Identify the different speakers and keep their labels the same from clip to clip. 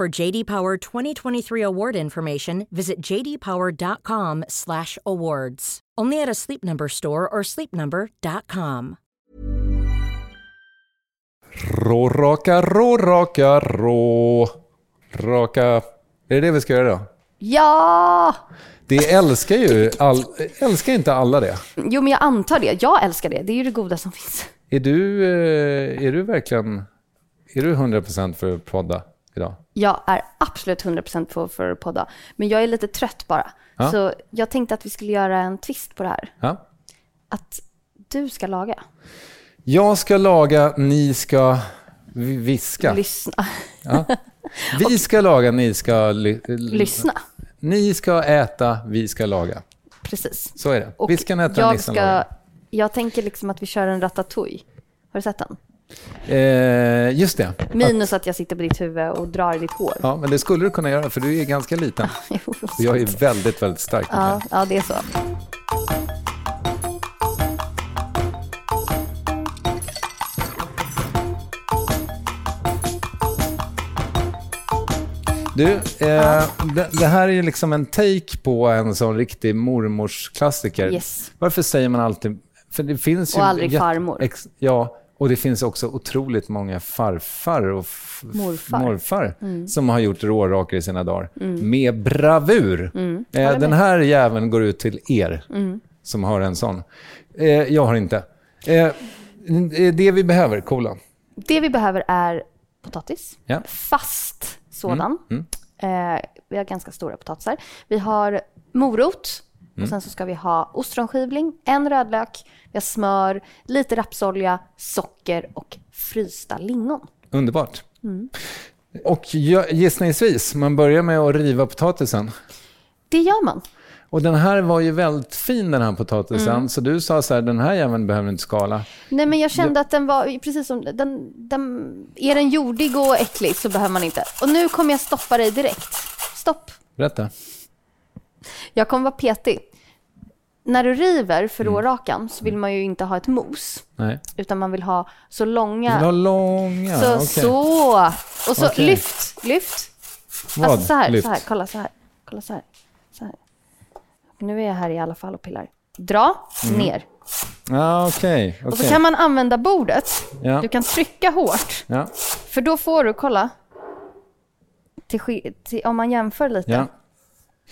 Speaker 1: For JD Power 2023 award information, visit jdpower.com/awards. Only at a Sleep Number store or sleepnumber.com.
Speaker 2: Rå, raka, rå, raka, rå. Raka. Är det det vi ska göra idag?
Speaker 3: Ja!
Speaker 2: Det älskar ju all, älskar inte alla det.
Speaker 3: Jo, men jag antar det. Jag älskar det. Det är ju det goda som finns.
Speaker 2: Är du, eh, är du verkligen, är du 100% för att podda idag?
Speaker 3: Jag är absolut 100% på för att podda. Men jag är lite trött bara.
Speaker 2: Ja.
Speaker 3: Så jag tänkte att vi skulle göra en twist på det här.
Speaker 2: Ja?
Speaker 3: Att du ska laga.
Speaker 2: Jag ska laga, ni ska vi- viska.
Speaker 3: Lyssna.
Speaker 2: Vi ska laga, ni ska... Ly,
Speaker 3: Lyssna.
Speaker 2: Ni ska äta, vi ska laga.
Speaker 3: Precis.
Speaker 2: Så är det.
Speaker 3: Och
Speaker 2: Viskan äter,
Speaker 3: jag,
Speaker 2: nissen lagar.
Speaker 3: ska, jag tänker liksom att vi kör en ratatouille. Har du sett den?
Speaker 2: Eh, just det.
Speaker 3: Minus att jag sitter på ditt huvud och drar i ditt hår.
Speaker 2: Ja, men det skulle du kunna göra, för du är ganska liten.
Speaker 3: Jo,
Speaker 2: Och Jag är väldigt, väldigt stark.
Speaker 3: ja, ja, det är så.
Speaker 2: Du, eh, det, det här är ju liksom en take på en sån riktig mormors klassiker.
Speaker 3: Yes.
Speaker 2: Varför säger man alltid... För det finns ju
Speaker 3: Och aldrig
Speaker 2: jätte-
Speaker 3: farmor.
Speaker 2: Ex, ja, och det finns också otroligt många farfar och f-
Speaker 3: Morfar. Mm.
Speaker 2: morfar som har gjort råraker i sina dagar. Med bravur.
Speaker 3: Mm.
Speaker 2: Eh, den här jäveln går ut till er som har en sån. Eh, jag har inte. Eh, det vi behöver, kolan.
Speaker 3: Det vi behöver är potatis.
Speaker 2: Ja.
Speaker 3: Fast sådan. Eh, vi har ganska stora potatisar. Vi har morot. Och sen så ska vi ha ostronskivling, en rödlök, vi har smör, lite rapsolja, socker och frysta lingon.
Speaker 2: Underbart.
Speaker 3: Mm.
Speaker 2: Och jag, gissningsvis, man börjar med att riva potatisen.
Speaker 3: Det gör man.
Speaker 2: Och den här var ju väldigt fin den här potatisen,
Speaker 3: Mm.
Speaker 2: så du sa så här, den här jäveln behöver du inte skala.
Speaker 3: Nej men jag kände att den var, precis som, den, den, är den jordig och äcklig så behöver man inte. Och nu kommer jag stoppa dig direkt. Stopp.
Speaker 2: Berätta.
Speaker 3: Jag kommer vara petig. När du river
Speaker 2: Mm.
Speaker 3: för rårakan så vill man ju inte ha ett mos.
Speaker 2: Nej.
Speaker 3: Utan man vill ha så
Speaker 2: Du vill ha
Speaker 3: långa...
Speaker 2: långa?
Speaker 3: Så,
Speaker 2: okej.
Speaker 3: så! Och så
Speaker 2: Okej.
Speaker 3: lyft, lyft.
Speaker 2: Vad?
Speaker 3: Alltså så här,
Speaker 2: Lyft.
Speaker 3: så här, kolla så här. Kolla så här. Så här. Nu är jag här i alla fall och pillar. Dra, ner.
Speaker 2: Ja, okej.
Speaker 3: Och så
Speaker 2: Mm. okej.
Speaker 3: kan man använda bordet.
Speaker 2: Ja.
Speaker 3: Du kan trycka hårt.
Speaker 2: Ja,
Speaker 3: För då får du, kolla. Till, sk- till, om man jämför lite.
Speaker 2: ja.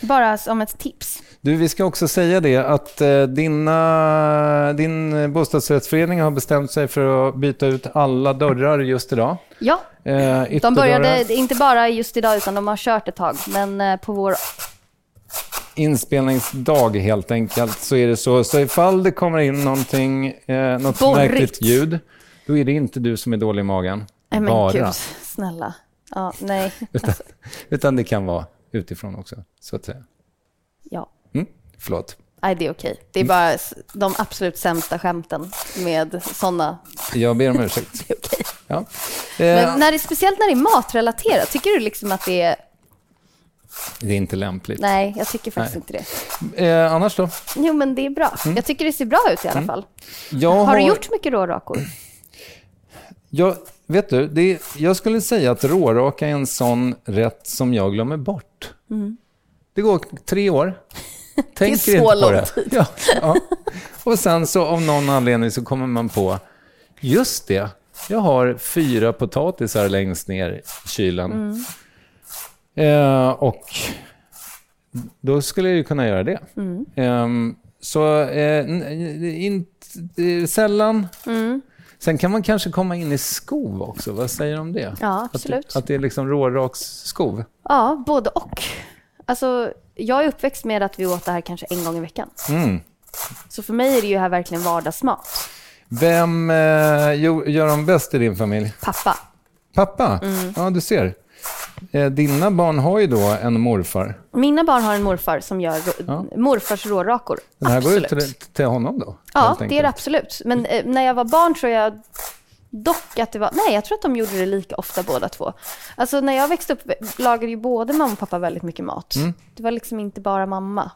Speaker 3: Bara som ett tips.
Speaker 2: Du, vi ska också säga det att eh, dina, din bostadsrättsförening har bestämt sig för att byta ut alla dörrar just idag.
Speaker 3: Ja,
Speaker 2: Eh,
Speaker 3: De
Speaker 2: ytterdörrar,
Speaker 3: började inte bara just idag, utan de har kört ett tag. Men eh, på vår...
Speaker 2: inspelningsdag helt enkelt så är det så. Så ifall det kommer in någonting, eh, något
Speaker 3: Borrigt.
Speaker 2: märkligt ljud, då är det inte du som är dålig i magen.
Speaker 3: Nej men
Speaker 2: bara.
Speaker 3: gud, snälla. Ja, nej.
Speaker 2: Utan, utan det kan vara utifrån också, så att säga.
Speaker 3: Ja.
Speaker 2: Mm? Förlåt.
Speaker 3: Nej, det är okej. Det är
Speaker 2: Mm.
Speaker 3: bara s- de absolut sämsta skämten med sådana.
Speaker 2: Jag ber om ursäkt.
Speaker 3: Det är okej.
Speaker 2: Ja. Eh,
Speaker 3: Men när det, speciellt när det är matrelaterat, tycker du liksom att det är...
Speaker 2: Det är inte lämpligt.
Speaker 3: Nej, jag tycker faktiskt
Speaker 2: Nej. Mm.
Speaker 3: inte det.
Speaker 2: Eh, annars då?
Speaker 3: Jo, men det är bra. Jag tycker det ser bra ut i alla
Speaker 2: Mm.
Speaker 3: fall.
Speaker 2: Jag
Speaker 3: Har du gjort mycket rårakor?
Speaker 2: Mm. Jag, vet du, det är, jag skulle säga att råraka är en sån rätt som jag glömmer bort. Det går tre år. Tänker
Speaker 3: Mm. så
Speaker 2: inte på
Speaker 3: lång
Speaker 2: det.
Speaker 3: tid.
Speaker 2: Ja, ja. Och sen så av någon anledning så kommer man på, just det, jag har fyra potatisar längst ner i kylen.
Speaker 3: Mm.
Speaker 2: Eh, och då skulle jag ju kunna göra det.
Speaker 3: Mm.
Speaker 2: Ehm, så eh, n- n- inte- eh, sällan.
Speaker 3: Mm.
Speaker 2: Sen kan man kanske komma in i skov också. Vad säger du om det?
Speaker 3: Ja,
Speaker 2: Att-
Speaker 3: absolut.
Speaker 2: Att, det är liksom råraksskov.
Speaker 3: Ja, både och. Alltså, jag är uppväxt med att vi åt det här kanske en gång i veckan.
Speaker 2: Mm.
Speaker 3: Så för mig är det ju här verkligen vardagsmat.
Speaker 2: Vem eh, jo- gör de bäst i din familj?
Speaker 3: Pappa. Mm.
Speaker 2: Pappa? Ja, du ser. Eh, dina barn har ju då en morfar.
Speaker 3: Mina barn har en morfar som gör rå- morfars rårakor.
Speaker 2: Den här
Speaker 3: absolut.
Speaker 2: går ju till, till honom då?
Speaker 3: ja,
Speaker 2: helt
Speaker 3: det är det
Speaker 2: enkelt.
Speaker 3: absolut. Men eh, när jag var barn tror jag dock att det var... Nej, jag tror att de gjorde det lika ofta båda två. Alltså när jag växte upp lagade ju både mamma och pappa väldigt mycket mat.
Speaker 2: Mm.
Speaker 3: Det var liksom inte bara mamma.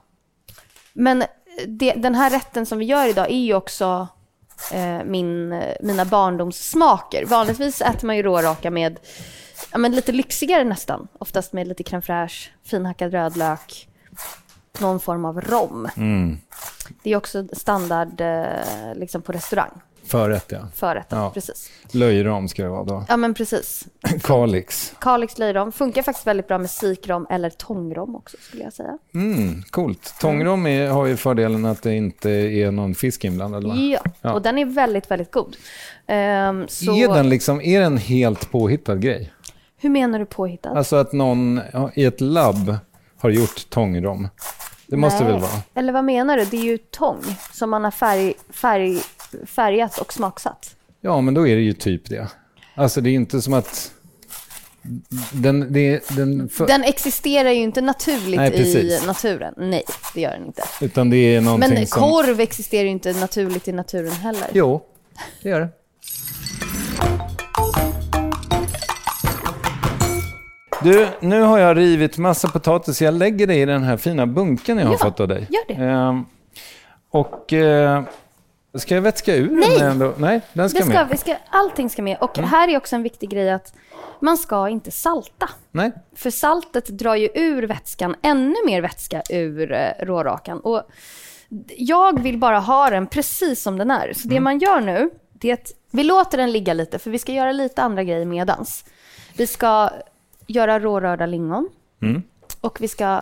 Speaker 3: Men eh, det, den här rätten som vi gör idag är ju också eh, min, mina barndomssmaker. Vanligtvis äter man ju råraka med ja, men lite lyxigare nästan. Oftast med lite crème fraîche, finhackad rödlök, någon form av rom.
Speaker 2: Mm.
Speaker 3: Det är också standard eh, liksom på restaurang,
Speaker 2: Förrätt, ja.
Speaker 3: förrätten.
Speaker 2: Ja.
Speaker 3: Precis.
Speaker 2: Löjrom ska det vara då.
Speaker 3: Ja, men precis.
Speaker 2: Kalix.
Speaker 3: Kalix löjrom funkar faktiskt väldigt bra med sikrom eller tångrom också, skulle jag säga.
Speaker 2: Mm, coolt. Tångrom är, har ju fördelen att det inte är någon fisk inblandad, va?
Speaker 3: Ja.
Speaker 2: Ja.
Speaker 3: och den är väldigt, väldigt god. Ehm, så,
Speaker 2: Är den liksom, är den helt påhittad grej?
Speaker 3: Hur menar du påhittad?
Speaker 2: Alltså att någon ja, i ett labb har gjort tångrom? Det måste
Speaker 3: Nej.
Speaker 2: väl vara?
Speaker 3: Eller vad menar du? Det är ju tång som man har färg, färg, färgat och smaksatt.
Speaker 2: Ja, men då är det ju typ det. Alltså det är ju inte som att... Den, det, den, för,
Speaker 3: Den existerar ju inte naturligt
Speaker 2: Nej, precis.
Speaker 3: i naturen. Nej, det gör den inte.
Speaker 2: utan det är någonting
Speaker 3: Men
Speaker 2: som...
Speaker 3: korv existerar ju inte naturligt i naturen heller.
Speaker 2: Jo, det gör det. Du, nu har jag rivit massa potatis. Jag lägger det i den här fina bunken jag har
Speaker 3: Ja,
Speaker 2: fått av dig.
Speaker 3: gör det.
Speaker 2: Ehm, och... Eh, ska jag vätska ur den ändå? Nej, den ska,
Speaker 3: Det ska,
Speaker 2: med.
Speaker 3: vi ska, allting ska med. Och här är också en viktig grej att man ska inte salta.
Speaker 2: Nej.
Speaker 3: För saltet drar ju ur vätskan, ännu mer vätska ur eh, rårakan. Och d- jag vill bara ha den precis som den är. Så det man gör nu, det är att vi låter den ligga lite, för vi ska göra lite andra grejer medans. Vi ska göra rårörda lingon och vi ska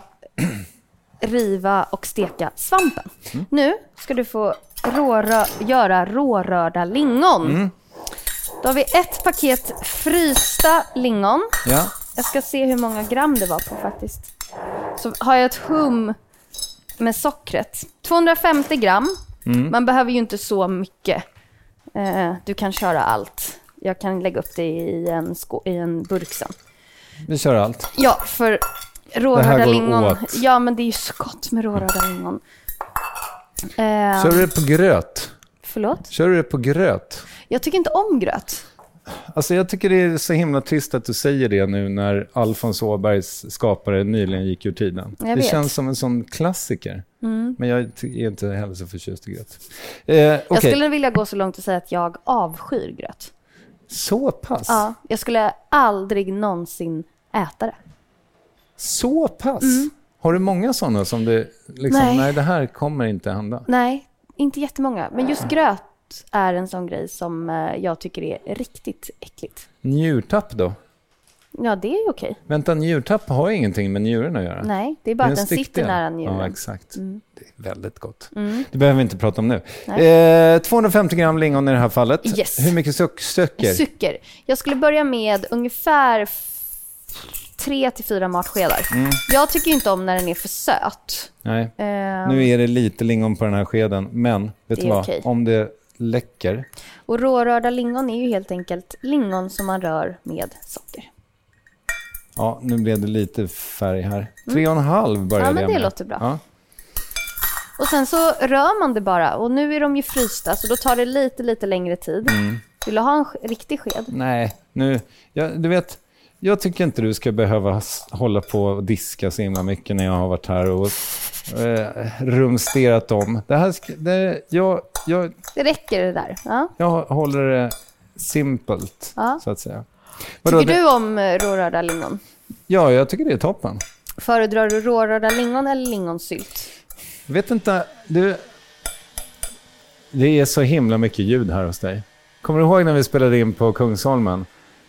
Speaker 3: riva och steka svampen. Nu ska du få rårö- göra rårörda lingon. Då har vi ett paket frysta lingon.
Speaker 2: Ja.
Speaker 3: Jag ska se hur många gram det var på faktiskt. Så har jag ett hum med sockret. 250 gram.
Speaker 2: Mm.
Speaker 3: Man behöver ju inte så mycket. Eh, du kan köra allt. Jag kan lägga upp det i en, sko- i en burk sen.
Speaker 2: Vi kör allt.
Speaker 3: Ja, för
Speaker 2: Det här
Speaker 3: rårörda
Speaker 2: går
Speaker 3: lingon.
Speaker 2: åt.
Speaker 3: Ja, men det är ju så gott med rårörda lingon. Eh,
Speaker 2: Kör du det på gröt?
Speaker 3: förlåt?
Speaker 2: Kör du det på gröt?
Speaker 3: Jag tycker inte om gröt.
Speaker 2: Alltså jag tycker det är så himla trist att du säger det nu när Alfons Åbergs skapare nyligen gick ur tiden.
Speaker 3: Jag
Speaker 2: det
Speaker 3: vet. Mm.
Speaker 2: känns som en sån klassiker. Men jag ty- är inte heller så förtjust i gröt. Eh,
Speaker 3: Jag
Speaker 2: Okej,
Speaker 3: skulle vilja gå så långt och säga att jag avskyr gröt.
Speaker 2: så pass?
Speaker 3: Ja, jag skulle aldrig någonsin äta det.
Speaker 2: Så pass? Har du många sådana som du liksom, nej.
Speaker 3: Mm. Nej.
Speaker 2: det här kommer inte hända?
Speaker 3: Nej, inte jättemånga. Men just gröt är en sån grej som eh, jag tycker är riktigt äckligt.
Speaker 2: Njurtapp då?
Speaker 3: Ja, det är ju okej.
Speaker 2: Vänta, njurtapp har ju ingenting med njurarna att göra.
Speaker 3: Nej, det är bara
Speaker 2: Det är
Speaker 3: att
Speaker 2: en
Speaker 3: den sitter
Speaker 2: stickdel.
Speaker 3: nära
Speaker 2: Ja,
Speaker 3: njuren. Mm.
Speaker 2: exakt. Det är väldigt gott. Det behöver vi inte prata om nu. Eh, 250 gram lingon i det här fallet.
Speaker 3: Yes.
Speaker 2: Hur mycket suck- söcker?
Speaker 3: Socker. Jag skulle börja med ungefär f- tre till fyra matskedar.
Speaker 2: Mm.
Speaker 3: Jag tycker ju inte om när den är för söt.
Speaker 2: Nej.
Speaker 3: Eh,
Speaker 2: Nu är det lite lingon på den här skeden, men vet
Speaker 3: Det
Speaker 2: du
Speaker 3: är
Speaker 2: vad?
Speaker 3: okej.
Speaker 2: Om det läcker...
Speaker 3: Och rårörda lingon är ju helt enkelt lingon som man rör med socker.
Speaker 2: Ja, nu blev det lite färg här. Tre och en halv började
Speaker 3: Mm. Ja, men
Speaker 2: jag
Speaker 3: det
Speaker 2: med.
Speaker 3: låter bra.
Speaker 2: Ja.
Speaker 3: Och sen så rör man det bara. Och nu är de ju frysta, så då tar det lite, lite längre tid.
Speaker 2: Mm.
Speaker 3: Vill du ha en sk- riktig sked?
Speaker 2: Nej, nu... Jag, du vet, jag tycker inte du ska behöva s- hålla på och diska så himla mycket när jag har varit här och eh, rumsterat om. Det här... Ska, det, jag, jag,
Speaker 3: Det räcker det där. Ja.
Speaker 2: jag håller det simpelt,
Speaker 3: Ja.
Speaker 2: så att säga. Vadå,
Speaker 3: Tycker
Speaker 2: det,
Speaker 3: du om eh, rårörda lingon?
Speaker 2: Ja, jag tycker det är toppen.
Speaker 3: Föredrar du rårörda lingon eller lingonsylt?
Speaker 2: Jag vet inte, du... Det är så himla mycket ljud här hos dig. Kommer du ihåg när vi spelade in på Kungsholmen?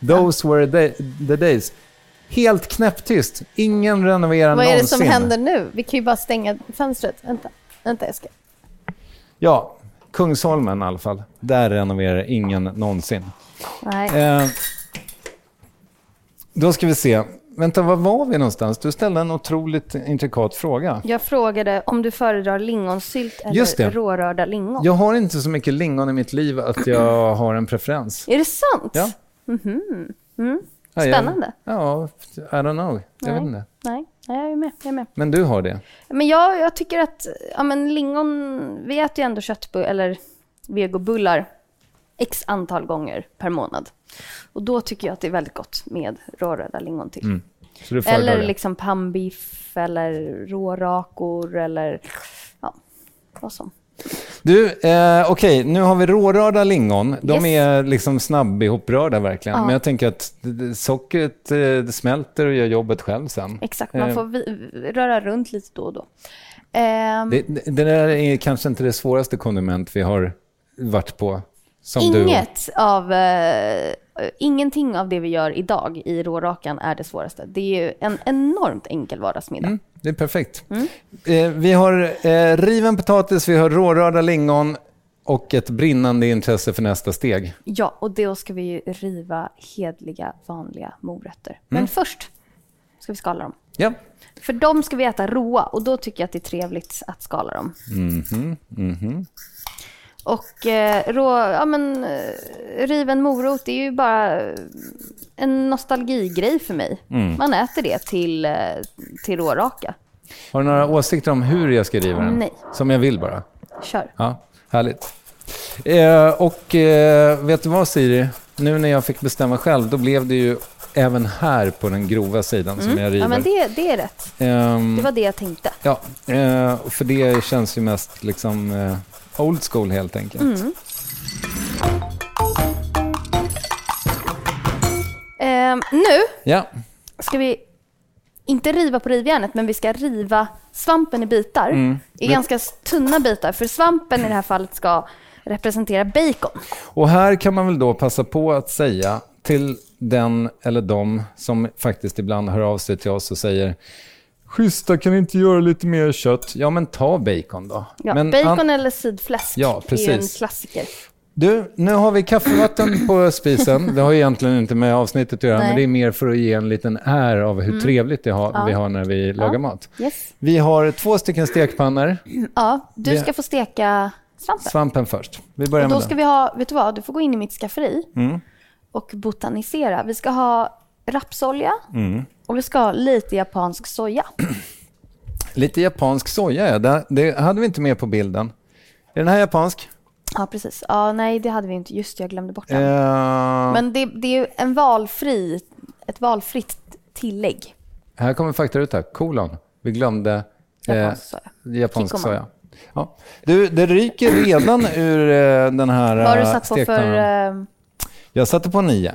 Speaker 2: Those were the, the days. Helt knäpptyst. Ingen renoverar
Speaker 3: Vad är det
Speaker 2: någonsin.
Speaker 3: som händer nu? Vi kan ju bara stänga fönstret. Vänta, Vänta jag ska...
Speaker 2: Ja, Kungsholmen i alla fall. Där renoverar ingen någonsin.
Speaker 3: Nej.
Speaker 2: Eh, då ska vi se. Vänta, var var vi någonstans? Du ställde en otroligt intrikat fråga.
Speaker 3: Jag frågade om du föredrar lingonsylt
Speaker 2: Just det.
Speaker 3: eller rårörda lingon.
Speaker 2: Jag har inte så mycket lingon i mitt liv att jag har en preferens.
Speaker 3: Är det sant?
Speaker 2: Ja. Ja, jag-
Speaker 3: Mm-hmm. Mm. Spännande.
Speaker 2: Ja, I don't know. Jag
Speaker 3: Nej.
Speaker 2: vet inte.
Speaker 3: Nej, nej, jag är med. Jag är med.
Speaker 2: Men du har det?
Speaker 3: Men jag, jag tycker att ja, men lingon... Vi äter ju ändå köttbullar, eller vegobullar, x antal gånger per månad. Och då tycker jag att det är väldigt gott med råröda lingon till.
Speaker 2: Mm. Så du föredrar
Speaker 3: Eller
Speaker 2: det?
Speaker 3: liksom pannbiff, eller rårakor, eller ja, vad som.
Speaker 2: Du, eh, okej, nu har vi rårörda lingon. De
Speaker 3: Yes.
Speaker 2: är liksom snabb ihoprörda verkligen. Men jag tänker att d- d- sockret eh, det smälter och gör jobbet själv sen.
Speaker 3: Exakt, man
Speaker 2: Eh,
Speaker 3: får vi, röra runt lite då och då. Ehm,
Speaker 2: Det, det- det där är kanske inte det svåraste koniment vi har varit på. Som Du.
Speaker 3: Inget av, eh, ingenting av det vi gör idag i rårakan är det svåraste. Det är ju en enormt enkel vardagsmiddag.
Speaker 2: Mm, Det är perfekt. Eh, vi har eh, riven potatis, vi har rårörda lingon och ett brinnande intresse för nästa steg.
Speaker 3: Ja, och då ska vi ju riva hedliga, vanliga morötter.
Speaker 2: Mm.
Speaker 3: Men först ska vi skala dem.
Speaker 2: Ja.
Speaker 3: För de ska vi äta råa och då tycker jag att det är trevligt att skala dem. Och eh, rå, ja, men, eh, riven morot det är ju bara eh, en nostalgigrej för mig. Man äter det till, eh, till råraka.
Speaker 2: Har du några åsikter om hur jag ska riva den?
Speaker 3: Nej.
Speaker 2: Som jag vill bara.
Speaker 3: Kör.
Speaker 2: Ja, härligt. Eh, och eh, vet du vad Siri? Nu när jag fick bestämma själv, då blev det ju även här på den grova sidan som jag river.
Speaker 3: Mm. Ja, men det, det är rätt.
Speaker 2: Ehm,
Speaker 3: Det var det jag tänkte.
Speaker 2: Ja, eh, för det känns ju mest liksom eh, old school helt enkelt.
Speaker 3: Mm. Ehm, nu
Speaker 2: Ja,
Speaker 3: ska vi inte riva på rivjärnet, men vi ska riva svampen i bitar. I ganska tunna bitar, för svampen i det här fallet ska representera bacon.
Speaker 2: och här kan man väl då passa på att säga till den eller de som faktiskt ibland hör av sig till oss och säger Schyssta, kan ni inte göra lite mer kött? Ja, men ta bacon då.
Speaker 3: Ja,
Speaker 2: men an-
Speaker 3: bacon eller sidfläsk
Speaker 2: Ja,
Speaker 3: är ju en
Speaker 2: precis.
Speaker 3: klassiker.
Speaker 2: Du, nu har vi kaffevatten på spisen. Det har ju egentligen inte med avsnittet att göra,
Speaker 3: Nej. Mm.
Speaker 2: men det är mer för att ge en liten är av hur trevligt det har, vi har när vi lagar mat.
Speaker 3: Yes.
Speaker 2: Vi har två stycken stekpannor.
Speaker 3: Ja, du
Speaker 2: Det-
Speaker 3: ska få steka svampen.
Speaker 2: Svampen först. Vi börjar
Speaker 3: Och då
Speaker 2: med
Speaker 3: ska
Speaker 2: den.
Speaker 3: vi ha, vet du vad, du får gå in i mitt skafferi
Speaker 2: Mm.
Speaker 3: och botanisera. Vi ska ha rapsolja
Speaker 2: Mm.
Speaker 3: och vi ska ha lite japansk soja.
Speaker 2: Lite japansk soja, ja. det, det hade vi inte med på bilden. Är den här japansk?
Speaker 3: Ja, precis. Ja, nej, det hade vi inte. Just det, jag glömde bort den.
Speaker 2: Eh,
Speaker 3: Men det, det är ju en valfri, ett valfritt tillägg.
Speaker 2: här kommer faktaruta, kolon. Vi glömde eh,
Speaker 3: Japansk soja.
Speaker 2: japansk
Speaker 3: Kikkoman.
Speaker 2: soja. Ja. Du, det ryker redan ur eh, den här
Speaker 3: Vad har du
Speaker 2: eh,
Speaker 3: satt på för...
Speaker 2: stekpannan.
Speaker 3: eh,
Speaker 2: Jag satte på nio.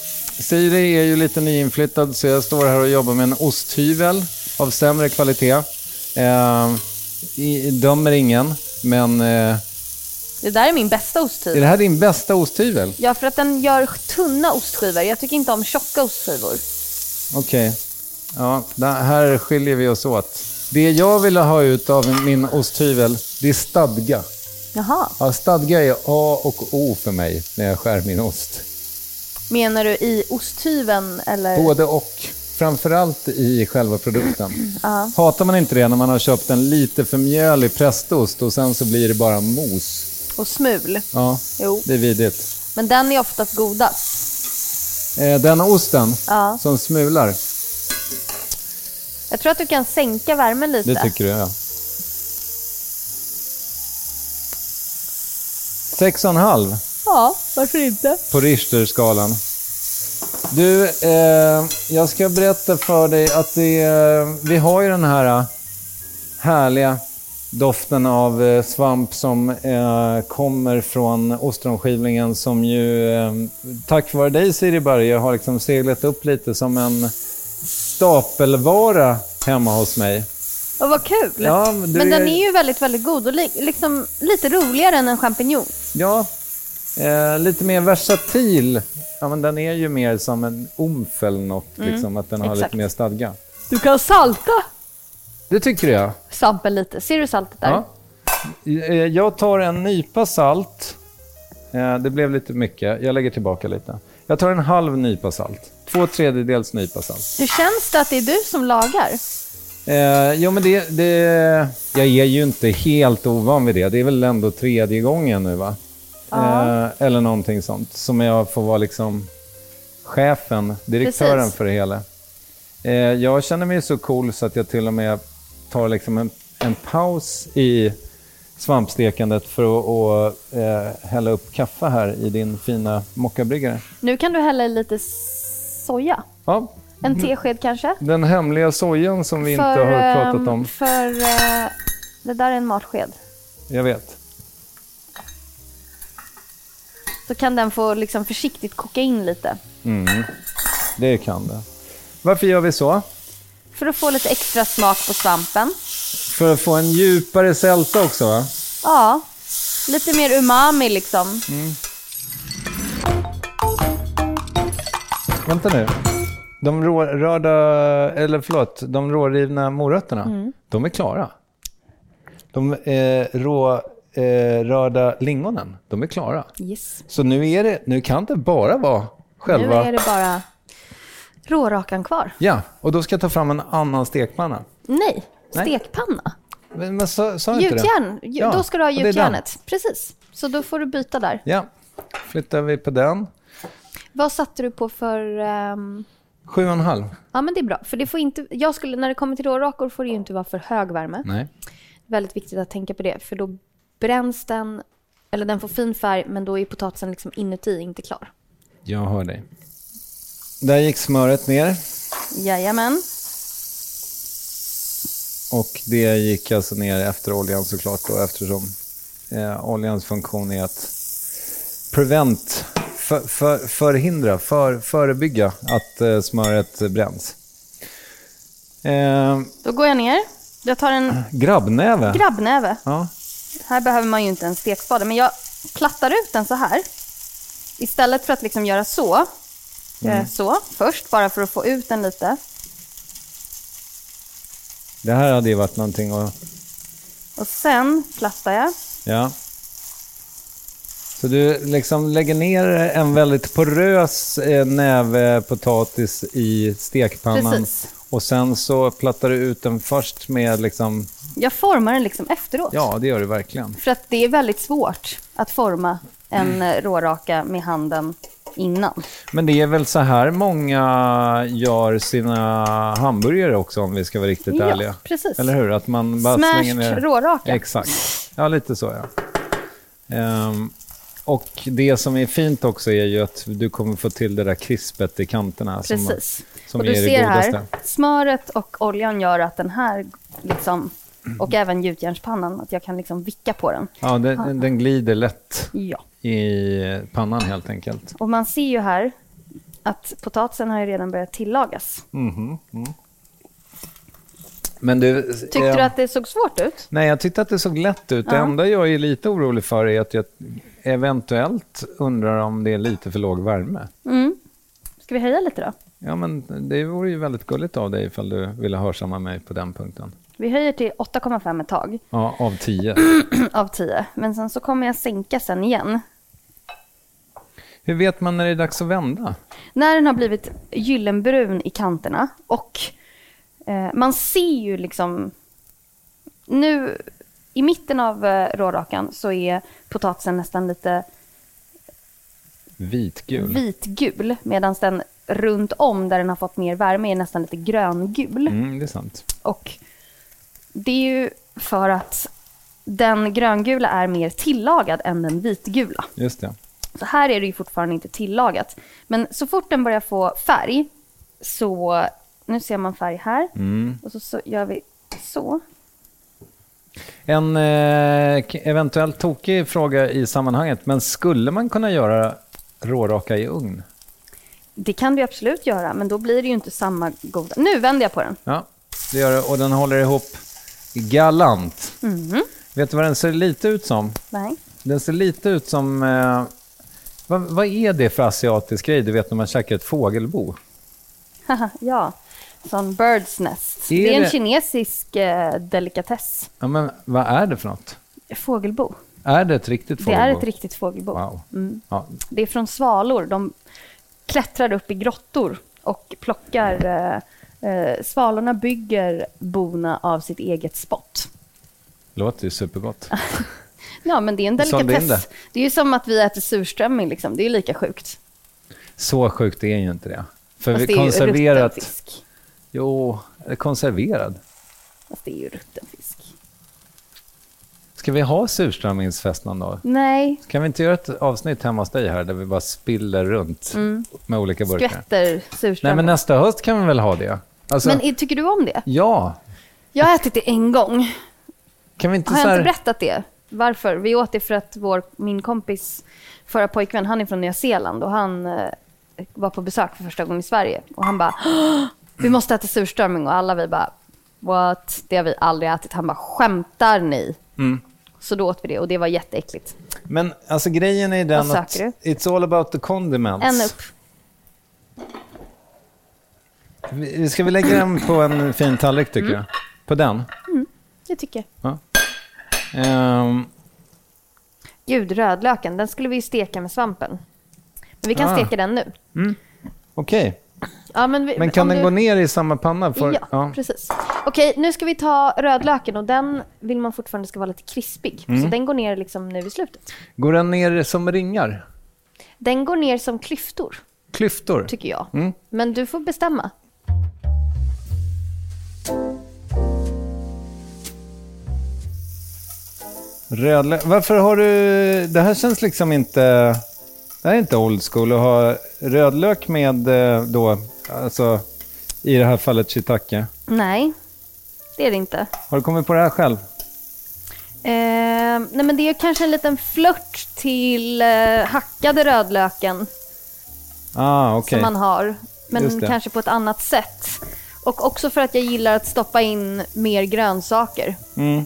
Speaker 2: Siri är ju lite nyinflyttad så jag står här och jobbar med en osthyvel av sämre kvalitet. Eh, i- dömer ingen, men eh,
Speaker 3: Det där är min bästa osthyvel.
Speaker 2: är det här din bästa osthyvel?
Speaker 3: Ja, för att den gör tunna ostskivor. Jag tycker inte om tjocka ostskivor.
Speaker 2: Okej. Ja, da- här skiljer vi oss åt. Det jag ville ha ut av min osthyvel, det är stadga.
Speaker 3: Jaha.
Speaker 2: Ja, stadga är A och O för mig när jag skär min ost.
Speaker 3: Menar du i osthyveln eller?
Speaker 2: Både och. Framförallt i själva produkten. Hatar man inte det när man har köpt en lite för mjölig prästost och sen så blir det bara mos?
Speaker 3: Och smul.
Speaker 2: Ja,
Speaker 3: Jo.
Speaker 2: det är vidrigt.
Speaker 3: Men den är oftast godast.
Speaker 2: Eh, Den osten
Speaker 3: Ja.
Speaker 2: som smular,
Speaker 3: Jag tror att du kan sänka värmen lite.
Speaker 2: det tycker du ja. Sex och en halv
Speaker 3: Ja, varför inte?
Speaker 2: på Richterskalan. Du, eh, jag ska berätta för dig att det, eh, vi har ju den här eh, härliga doften av eh, svamp som eh, kommer från ostronskivlingen som ju, eh, tack vare dig Siri Berge, har liksom seglat upp lite som en stapelvara hemma hos mig.
Speaker 3: Och vad kul!
Speaker 2: Ja, men du
Speaker 3: men den
Speaker 2: är-
Speaker 3: är ju väldigt, väldigt god och li- liksom lite roligare än en champinjon.
Speaker 2: Ja, eh, lite mer versatil. Ja, men den är ju mer som en omf eller något, liksom, att den har
Speaker 3: exakt.
Speaker 2: lite mer stadga.
Speaker 3: Du kan salta
Speaker 2: Det tycker jag.
Speaker 3: svampen lite. Ser du saltet där?
Speaker 2: Ja. Eh, Jag tar en nypa salt. Eh, Det blev lite mycket. Jag lägger tillbaka lite. Jag tar en halv nypa salt. Två tredjedels nypa salt.
Speaker 3: Hur känns det att det är du som lagar?
Speaker 2: Eh, jo, men det, det... Jag är ju inte helt ovan vid det. Det är väl ändå tredje gången nu, va? Eh, eller någonting sånt. Som jag får vara liksom chefen, direktören
Speaker 3: Precis.
Speaker 2: för det hela. Eh, jag känner mig så cool så att jag till och med tar liksom en, en paus i svampstekandet för att och, eh, hälla upp kaffe här i din fina mockabryggare.
Speaker 3: Nu kan du hälla i lite soja.
Speaker 2: Ja,
Speaker 3: En tesked kanske?
Speaker 2: den hemliga sojan som vi inte har pratat om.
Speaker 3: ehm, För eh, det där är en matsked.
Speaker 2: Jag vet.
Speaker 3: Så kan den få liksom försiktigt koka in lite.
Speaker 2: Det kan det. Varför gör vi så?
Speaker 3: För att få lite extra smak på svampen.
Speaker 2: För att få en djupare sälta också, va?
Speaker 3: Ja, lite mer umami liksom.
Speaker 2: Mm. Vänta nu. De rårörda, eller förlåt, de rårivna morötterna,
Speaker 3: Mm.
Speaker 2: de är klara. De eh, rårörda lingonen, de är klara.
Speaker 3: Yes.
Speaker 2: Så nu, är det, nu kan det bara vara
Speaker 3: Nu
Speaker 2: själva...
Speaker 3: är det bara rårakan kvar.
Speaker 2: Ja, och då ska jag ta fram en annan stekpanna.
Speaker 3: Nej,
Speaker 2: Nej.
Speaker 3: stekpanna.
Speaker 2: Men, men sa, sa jag inte det?
Speaker 3: Gjutjärn. Ju-
Speaker 2: Ja,
Speaker 3: Då ska du ha
Speaker 2: och det är den.
Speaker 3: gjutjärnet. Precis. Så då får du byta där.
Speaker 2: Ja, flyttar vi på den.
Speaker 3: Vad satte du på för... ehm,
Speaker 2: Sju och en halv?
Speaker 3: Ja, men det är bra. För det får inte, jag skulle, när det kommer till rårakor får det ju inte vara för hög värme.
Speaker 2: Nej.
Speaker 3: Väldigt viktigt att tänka på det, för då bränns den, eller den får fin färg, men då är potatisen liksom inuti inte klar.
Speaker 2: Jag hör dig. Där gick smöret ner.
Speaker 3: Jajamän.
Speaker 2: Och det gick alltså ner efter oljan såklart då, eftersom eh, oljans funktion är att prevent, för, för, förhindra, för, förebygga att eh, smöret bränns. Eh,
Speaker 3: Då går jag ner. Jag tar
Speaker 2: Mm.
Speaker 3: en
Speaker 2: grabbnäve.
Speaker 3: grabbnäve.
Speaker 2: ja.
Speaker 3: Här behöver man ju inte en stekspade, men jag plattar ut den så här. Istället för att liksom göra så, gör jag så först, bara för att få ut den lite.
Speaker 2: Det här hade ju varit någonting att...
Speaker 3: Och sen plattar jag.
Speaker 2: Ja. Så du liksom lägger ner en väldigt porös eh, näve potatis i stekpannan.
Speaker 3: Precis.
Speaker 2: Och sen så plattar du ut den först med liksom...
Speaker 3: Jag formar den liksom efteråt.
Speaker 2: Ja, det gör du verkligen.
Speaker 3: För att det är väldigt svårt att forma en råraka med handen innan.
Speaker 2: Men det är väl så här många gör sina hamburgare också om vi ska vara riktigt
Speaker 3: Ja,
Speaker 2: ärliga?
Speaker 3: precis.
Speaker 2: Eller hur? Att man bara
Speaker 3: Smashed
Speaker 2: slänger ner...
Speaker 3: råraka.
Speaker 2: Exakt. Ja, lite så ja. Ehm, och det som är fint också är ju att du kommer få till det där krispet i kanterna. som-
Speaker 3: Precis.
Speaker 2: Som
Speaker 3: och du
Speaker 2: är det
Speaker 3: ser
Speaker 2: godaste.
Speaker 3: här, smöret och oljan gör att den här, liksom, och även gjutjärnspannan, att jag kan liksom vicka på den.
Speaker 2: Ja, den, den glider lätt
Speaker 3: Ja.
Speaker 2: i pannan helt enkelt.
Speaker 3: Och man ser ju här att potatisen har ju redan börjat tillagas.
Speaker 2: Mm. Men du...
Speaker 3: Tyckte
Speaker 2: ehm,
Speaker 3: du att det såg svårt ut?
Speaker 2: Nej, jag tyckte att det såg lätt ut. Det enda jag är lite orolig för är att jag eventuellt undrar om det är lite för låg värme.
Speaker 3: Ska vi höja lite då?
Speaker 2: Ja, men det vore ju väldigt gulligt av dig ifall du ville hörsamma mig på den punkten.
Speaker 3: Vi höjer till 8,5 ett tag
Speaker 2: Ja, av tio.
Speaker 3: av 10. Men sen så kommer jag sänka sen igen.
Speaker 2: Hur vet man när det är dags att vända?
Speaker 3: När den har blivit gyllenbrun i kanterna och eh, man ser ju liksom... Nu I mitten av eh, rårakan så är potatisen nästan lite
Speaker 2: Vitgul.
Speaker 3: vitgul medan den runt om där den har fått mer värme är nästan lite gröngul.
Speaker 2: Mm, det är sant.
Speaker 3: Och det är ju för att den gröngula är mer tillagad än den vitgula.
Speaker 2: Just det.
Speaker 3: Så här är det ju fortfarande inte tillagat. Men så fort den börjar få färg så, nu ser man färg här
Speaker 2: Mm.
Speaker 3: och så, så gör vi så.
Speaker 2: En eh, k- eventuellt tokig fråga i sammanhanget, men skulle man kunna göra råraka i ugn?
Speaker 3: Det kan du absolut göra, men då blir det ju inte samma goda... Nu vänder jag på den.
Speaker 2: Ja, det gör det. Och den håller ihop galant.
Speaker 3: Mm.
Speaker 2: Vet du vad den ser lite ut som?
Speaker 3: Nej.
Speaker 2: Den ser lite ut som... Eh, vad, vad är det för asiatisk grej du vet när man käkar ett fågelbo?
Speaker 3: Haha, ja. Sån bird's nest.
Speaker 2: Är
Speaker 3: det är en
Speaker 2: det-
Speaker 3: kinesisk eh, delikatess.
Speaker 2: Ja, men vad är det för något?
Speaker 3: Fågelbo.
Speaker 2: Är det ett riktigt
Speaker 3: Det
Speaker 2: fågelbo?
Speaker 3: är ett riktigt Mm. fågelbo.
Speaker 2: Wow. Ja,
Speaker 3: Det är från svalor. De klättrar upp i grottor och plockar... Eh, eh, svalorna bygger bona av sitt eget spott.
Speaker 2: låter ju supergott.
Speaker 3: Ja, men det är en
Speaker 2: Du sålde in
Speaker 3: delikatess. Det är ju som att vi äter surströmming. Liksom. Det är ju lika sjukt.
Speaker 2: Så sjukt är ju inte det. För
Speaker 3: Fast
Speaker 2: vi
Speaker 3: det är ju
Speaker 2: konserverat...
Speaker 3: rutten fisk.
Speaker 2: Jo, konserverad.
Speaker 3: Fast det är ju rutten fisk.
Speaker 2: Ska vi ha surströmmingsfest någon dag?
Speaker 3: Nej,
Speaker 2: Kan vi inte göra ett avsnitt hemma hos dig här där vi bara spiller runt
Speaker 3: Mm.
Speaker 2: med olika burkar?
Speaker 3: skvätter
Speaker 2: Nej,
Speaker 3: surströmming.
Speaker 2: men alltså- nästa
Speaker 3: Men,
Speaker 2: höst kan vi väl ha det? Alltså,
Speaker 3: i- tycker du om det?
Speaker 2: Ja.
Speaker 3: Jag har ätit det en gång.
Speaker 2: Kan vi inte
Speaker 3: Har
Speaker 2: så
Speaker 3: jag
Speaker 2: här...
Speaker 3: inte berättat det? Varför? Vi åt det för att vår, min kompis förra pojkvän, han är från Nya Zeeland och han eh, var på besök för första gången i Sverige. Och han bara, "Åh, vi måste äta surströmming. Och alla vi bara, what? Det har vi aldrig ätit. Han bara, skämtar ni?
Speaker 2: Mm.
Speaker 3: Så då åt vi det och det var jätteäckligt.
Speaker 2: Men alltså grejen är den
Speaker 3: Vad
Speaker 2: att
Speaker 3: söker
Speaker 2: it's all about the condiments.
Speaker 3: En upp.
Speaker 2: Vi- Ska vi lägga den på en fin tallrik
Speaker 3: Mm.
Speaker 2: tycker jag? På den?
Speaker 3: Det tycker jag.
Speaker 2: Ja. Ehm,
Speaker 3: Gud, rödlöken, den skulle vi ju steka med svampen. Men vi kan
Speaker 2: Ah.
Speaker 3: steka den nu.
Speaker 2: Okej,
Speaker 3: Ja, men vi,
Speaker 2: men kan
Speaker 3: om
Speaker 2: den
Speaker 3: du-
Speaker 2: gå ner i samma panna? För...
Speaker 3: Ja, precis. Okej, nu ska vi ta rödlöken och den vill man fortfarande ska vara lite krispig. Så den går ner liksom nu i slutet.
Speaker 2: Går den ner som ringar?
Speaker 3: Den går ner som klyftor,
Speaker 2: Klyftor?
Speaker 3: tycker jag. Men du får bestämma.
Speaker 2: Rödlö... Varför har du... Det här känns liksom inte... Det här är inte old school att ha rödlök med eh, då, alltså i det här fallet shiitake.
Speaker 3: Nej, det är det inte.
Speaker 2: Har du kommit på det här själv?
Speaker 3: Eh, nej, men det är kanske en liten flört till eh, hackade rödlöken
Speaker 2: Ah, okej.
Speaker 3: som man har.
Speaker 2: Just
Speaker 3: Men
Speaker 2: det.
Speaker 3: kanske på ett annat sätt. Och också för att jag gillar att stoppa in mer grönsaker.
Speaker 2: Mm.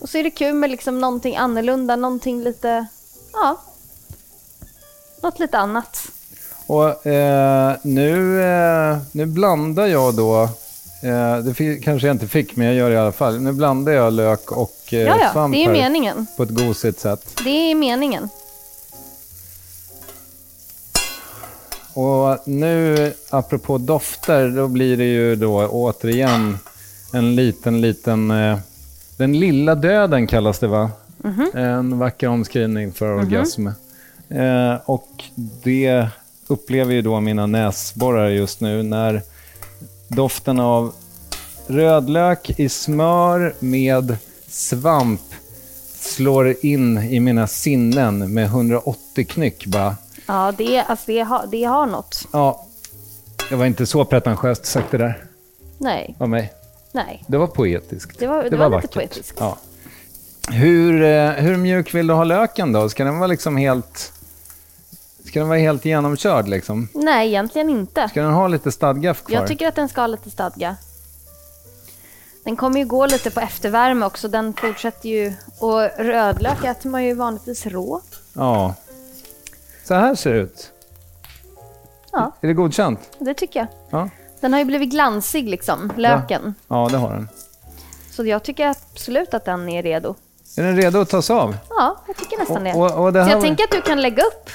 Speaker 3: Och så är det kul med liksom någonting annorlunda, någonting lite... Ja. Något lite annat.
Speaker 2: Och eh, nu, eh, nu blandar jag då, eh, det fi- kanske jag inte fick men jag gör det i alla fall. Nu blandar jag lök och eh,
Speaker 3: Ja, ja,
Speaker 2: svamp
Speaker 3: det är
Speaker 2: här
Speaker 3: meningen.
Speaker 2: på ett gosigt sätt.
Speaker 3: Det är meningen.
Speaker 2: Och nu, apropå dofter, då blir det ju då återigen en liten, liten... Eh, den lilla döden kallas det, va? En vacker omskrivning för orgasm. Eh, och det upplever ju då mina näsborrar just nu när doften av rödlök i smör med svamp slår in i mina sinnen med 180 knyck bara.
Speaker 3: Ja, det, är- alltså, det, har, det har något.
Speaker 2: Ja, jag var inte så pretentiöst sagt det där
Speaker 3: Nej,
Speaker 2: av mig.
Speaker 3: nej.
Speaker 2: Det var poetiskt.
Speaker 3: Det var- det var lite poetiskt.
Speaker 2: Ja. Hur, eh, hur mjuk vill du ha löken då? Ska den vara liksom helt... Ska den vara helt genomkörd liksom?
Speaker 3: Nej, egentligen inte.
Speaker 2: Ska den ha lite stadga kvar?
Speaker 3: Jag tycker att den ska ha lite stadga. Den kommer ju gå lite på eftervärme också. Den fortsätter ju... Och rödlök äter man ju vanligtvis rå.
Speaker 2: Ja. Så här ser det ut.
Speaker 3: Ja,
Speaker 2: Är det godkänt?
Speaker 3: det tycker jag.
Speaker 2: Ja,
Speaker 3: Den har ju blivit glansig liksom, löken.
Speaker 2: ja det har den.
Speaker 3: Så jag tycker absolut att den är redo.
Speaker 2: Är den redo att tas av?
Speaker 3: Ja, jag tycker nästan det.
Speaker 2: Och- och- och det
Speaker 3: Så
Speaker 2: här
Speaker 3: jag
Speaker 2: var-
Speaker 3: tänker att du kan lägga upp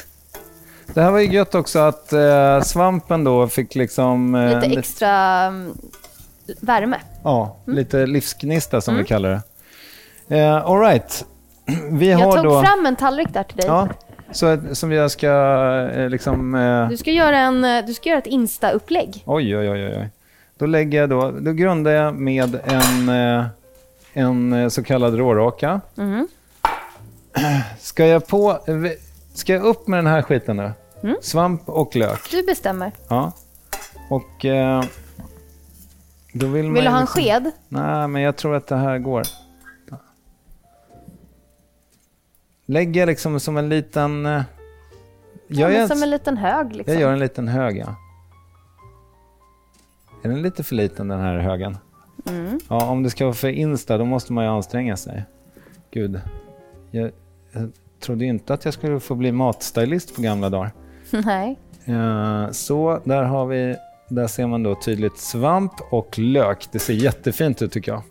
Speaker 2: Det här var ju gött också att eh, svampen då fick liksom... eh,
Speaker 3: lite
Speaker 2: lite-
Speaker 3: extra mm, värme. Mm.
Speaker 2: Ja, lite livsgnista som vi kallar det. Eh, all right. Vi
Speaker 3: Jag
Speaker 2: har
Speaker 3: tog
Speaker 2: då...
Speaker 3: fram en tallrik där till dig.
Speaker 2: Ja, så, att- som jag ska eh, liksom... Eh,
Speaker 3: Du, ska göra en, eh, du ska göra ett Insta-upplägg.
Speaker 2: oj, oj, oj, oj, oj. Då lägger jag då... Då grundar jag med en, eh, en eh, så kallad råraka.
Speaker 3: Mm.
Speaker 2: Ska jag på... Ska jag upp med den här skiten nu?
Speaker 3: Mm.
Speaker 2: Svamp och lök.
Speaker 3: Du bestämmer.
Speaker 2: Ja. Och... Eh, då vill man
Speaker 3: Vill
Speaker 2: ju
Speaker 3: du ha en
Speaker 2: liksom-
Speaker 3: sked?
Speaker 2: Nej, men jag tror att det här går. Lägger liksom som en liten... eh,
Speaker 3: Ja,
Speaker 2: Jag,
Speaker 3: men
Speaker 2: gör,
Speaker 3: som en
Speaker 2: en,
Speaker 3: liten hög liksom.
Speaker 2: jag gör en liten hög, ja. Är den lite för liten, den här högen?
Speaker 3: Mm.
Speaker 2: Ja, om det ska vara för Insta, då måste man ju anstränga sig. Gud, jag, jag trodde ju inte att jag skulle få bli matstylist på gamla dagar.
Speaker 3: liksom. Nej.
Speaker 2: Eh, Så, där har vi... Där ser man då tydligt svamp och lök. Det ser jättefint ut tycker jag.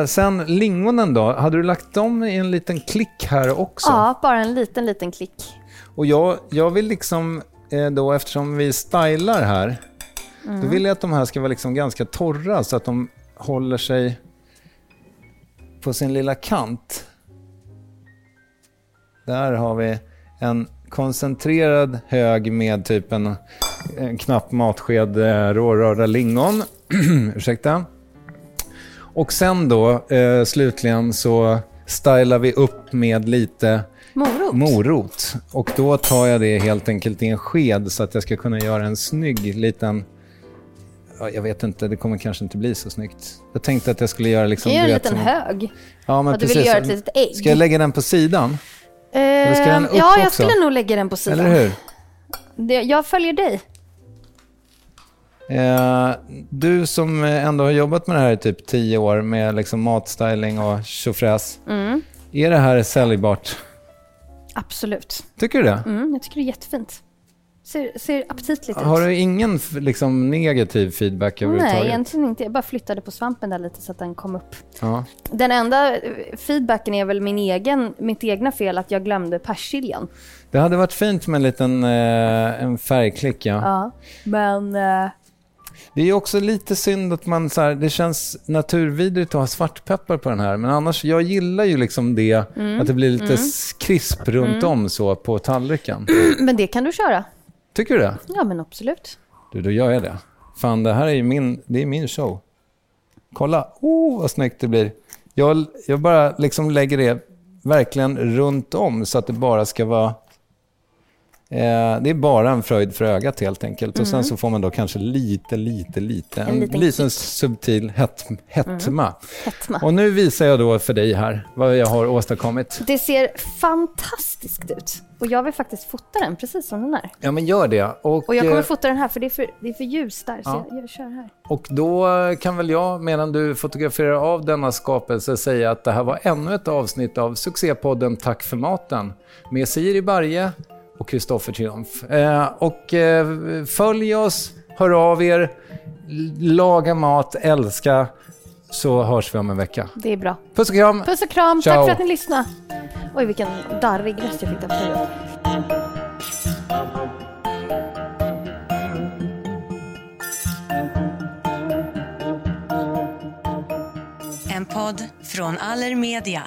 Speaker 2: Eh, sen lingonen då. Hade du lagt dem i en liten klick här också?
Speaker 3: Ja, bara en liten, liten klick.
Speaker 2: Och jag, jag vill liksom eh, då, eftersom vi stylar här, då vill jag att de här ska vara liksom ganska torra så att de håller sig på sin lilla kant. Där har vi en koncentrerad hög med typ en, en knapp matsked eh, rårörda lingon. Ursäkta. Och sen då, eh, slutligen så stylar vi upp med lite
Speaker 3: Morot.
Speaker 2: morot. Och då tar jag det helt enkelt i en sked så att jag ska kunna göra en snygg liten... Ja, jag vet inte, det kommer kanske inte bli så snyggt. Jag tänkte att jag skulle göra
Speaker 3: Du
Speaker 2: liksom...
Speaker 3: kan göra
Speaker 2: du
Speaker 3: en
Speaker 2: vet,
Speaker 3: liten
Speaker 2: som-
Speaker 3: hög.
Speaker 2: Ja, men
Speaker 3: Ja, du vill
Speaker 2: precis.
Speaker 3: göra ett litet ägg.
Speaker 2: Ska jag lägga den på sidan?
Speaker 3: Ehm,
Speaker 2: ska den upp
Speaker 3: ja, jag
Speaker 2: också?
Speaker 3: skulle nog lägga den på sidan.
Speaker 2: Eller hur?
Speaker 3: Det- Jag följer dig.
Speaker 2: Eh, du som ändå har jobbat med det här i typ tio år med liksom matstyling och tjofräs.
Speaker 3: Mm.
Speaker 2: Är det här säljbart?
Speaker 3: Absolut.
Speaker 2: Tycker du det?
Speaker 3: Mm, jag tycker det är jättefint. Ser, ser aptitligt ut.
Speaker 2: Har du ingen f- liksom, negativ feedback överhuvudtaget?
Speaker 3: Nej, egentligen inte. Jag bara flyttade på svampen där lite så att den kom upp.
Speaker 2: Ja.
Speaker 3: Den enda eh, feedbacken är väl min egen, mitt egna fel att jag glömde persiljan.
Speaker 2: Det hade varit fint med en liten eh, en färgklick. Ja.
Speaker 3: Ja. Men eh,
Speaker 2: Det är ju också lite synd att man så här, det känns naturvidrigt att ha svartpeppar på den här. Men annars, jag gillar ju liksom det, att det blir lite s- krisp runt om så på tallriken.
Speaker 3: Men det kan du köra.
Speaker 2: Tycker du det?
Speaker 3: Ja, men absolut.
Speaker 2: Du, då gör jag det. Fan, det här är ju min, det är min show. Kolla, oh vad snyggt det blir. Jag, jag bara liksom lägger det verkligen runt om så att det bara ska vara... Eh, det är bara en fröjd för ögat helt enkelt. Och sen så får man då kanske lite, lite, lite. Mm. En,
Speaker 3: liten
Speaker 2: liten, subtil het, hetma.
Speaker 3: Hetma.
Speaker 2: Och nu visar jag då för dig här vad jag har åstadkommit.
Speaker 3: Det ser fantastiskt ut. Och jag vill faktiskt fota den precis som den är.
Speaker 2: Ja, men gör det. Och,
Speaker 3: Och jag
Speaker 2: eh,
Speaker 3: kommer fota den här för det är för, det är för ljus där. Så
Speaker 2: Ja.
Speaker 3: jag, jag kör här.
Speaker 2: Och då kan väl jag, medan du fotograferar av denna skapelse, säga att det här var ännu ett avsnitt av succépodden Tack för maten med Siri Barje och Kristoffer Triumf. Eh, och eh, följ oss, hör av er, l- laga mat, älska, så hörs vi om en vecka.
Speaker 3: Det är bra.
Speaker 2: Puss och kram!
Speaker 3: Puss och kram. Tack
Speaker 2: Ciao.
Speaker 3: för att ni lyssnade. Oj, vilken darrig röst jag fick där på slutet.
Speaker 4: En podd från Allermedia.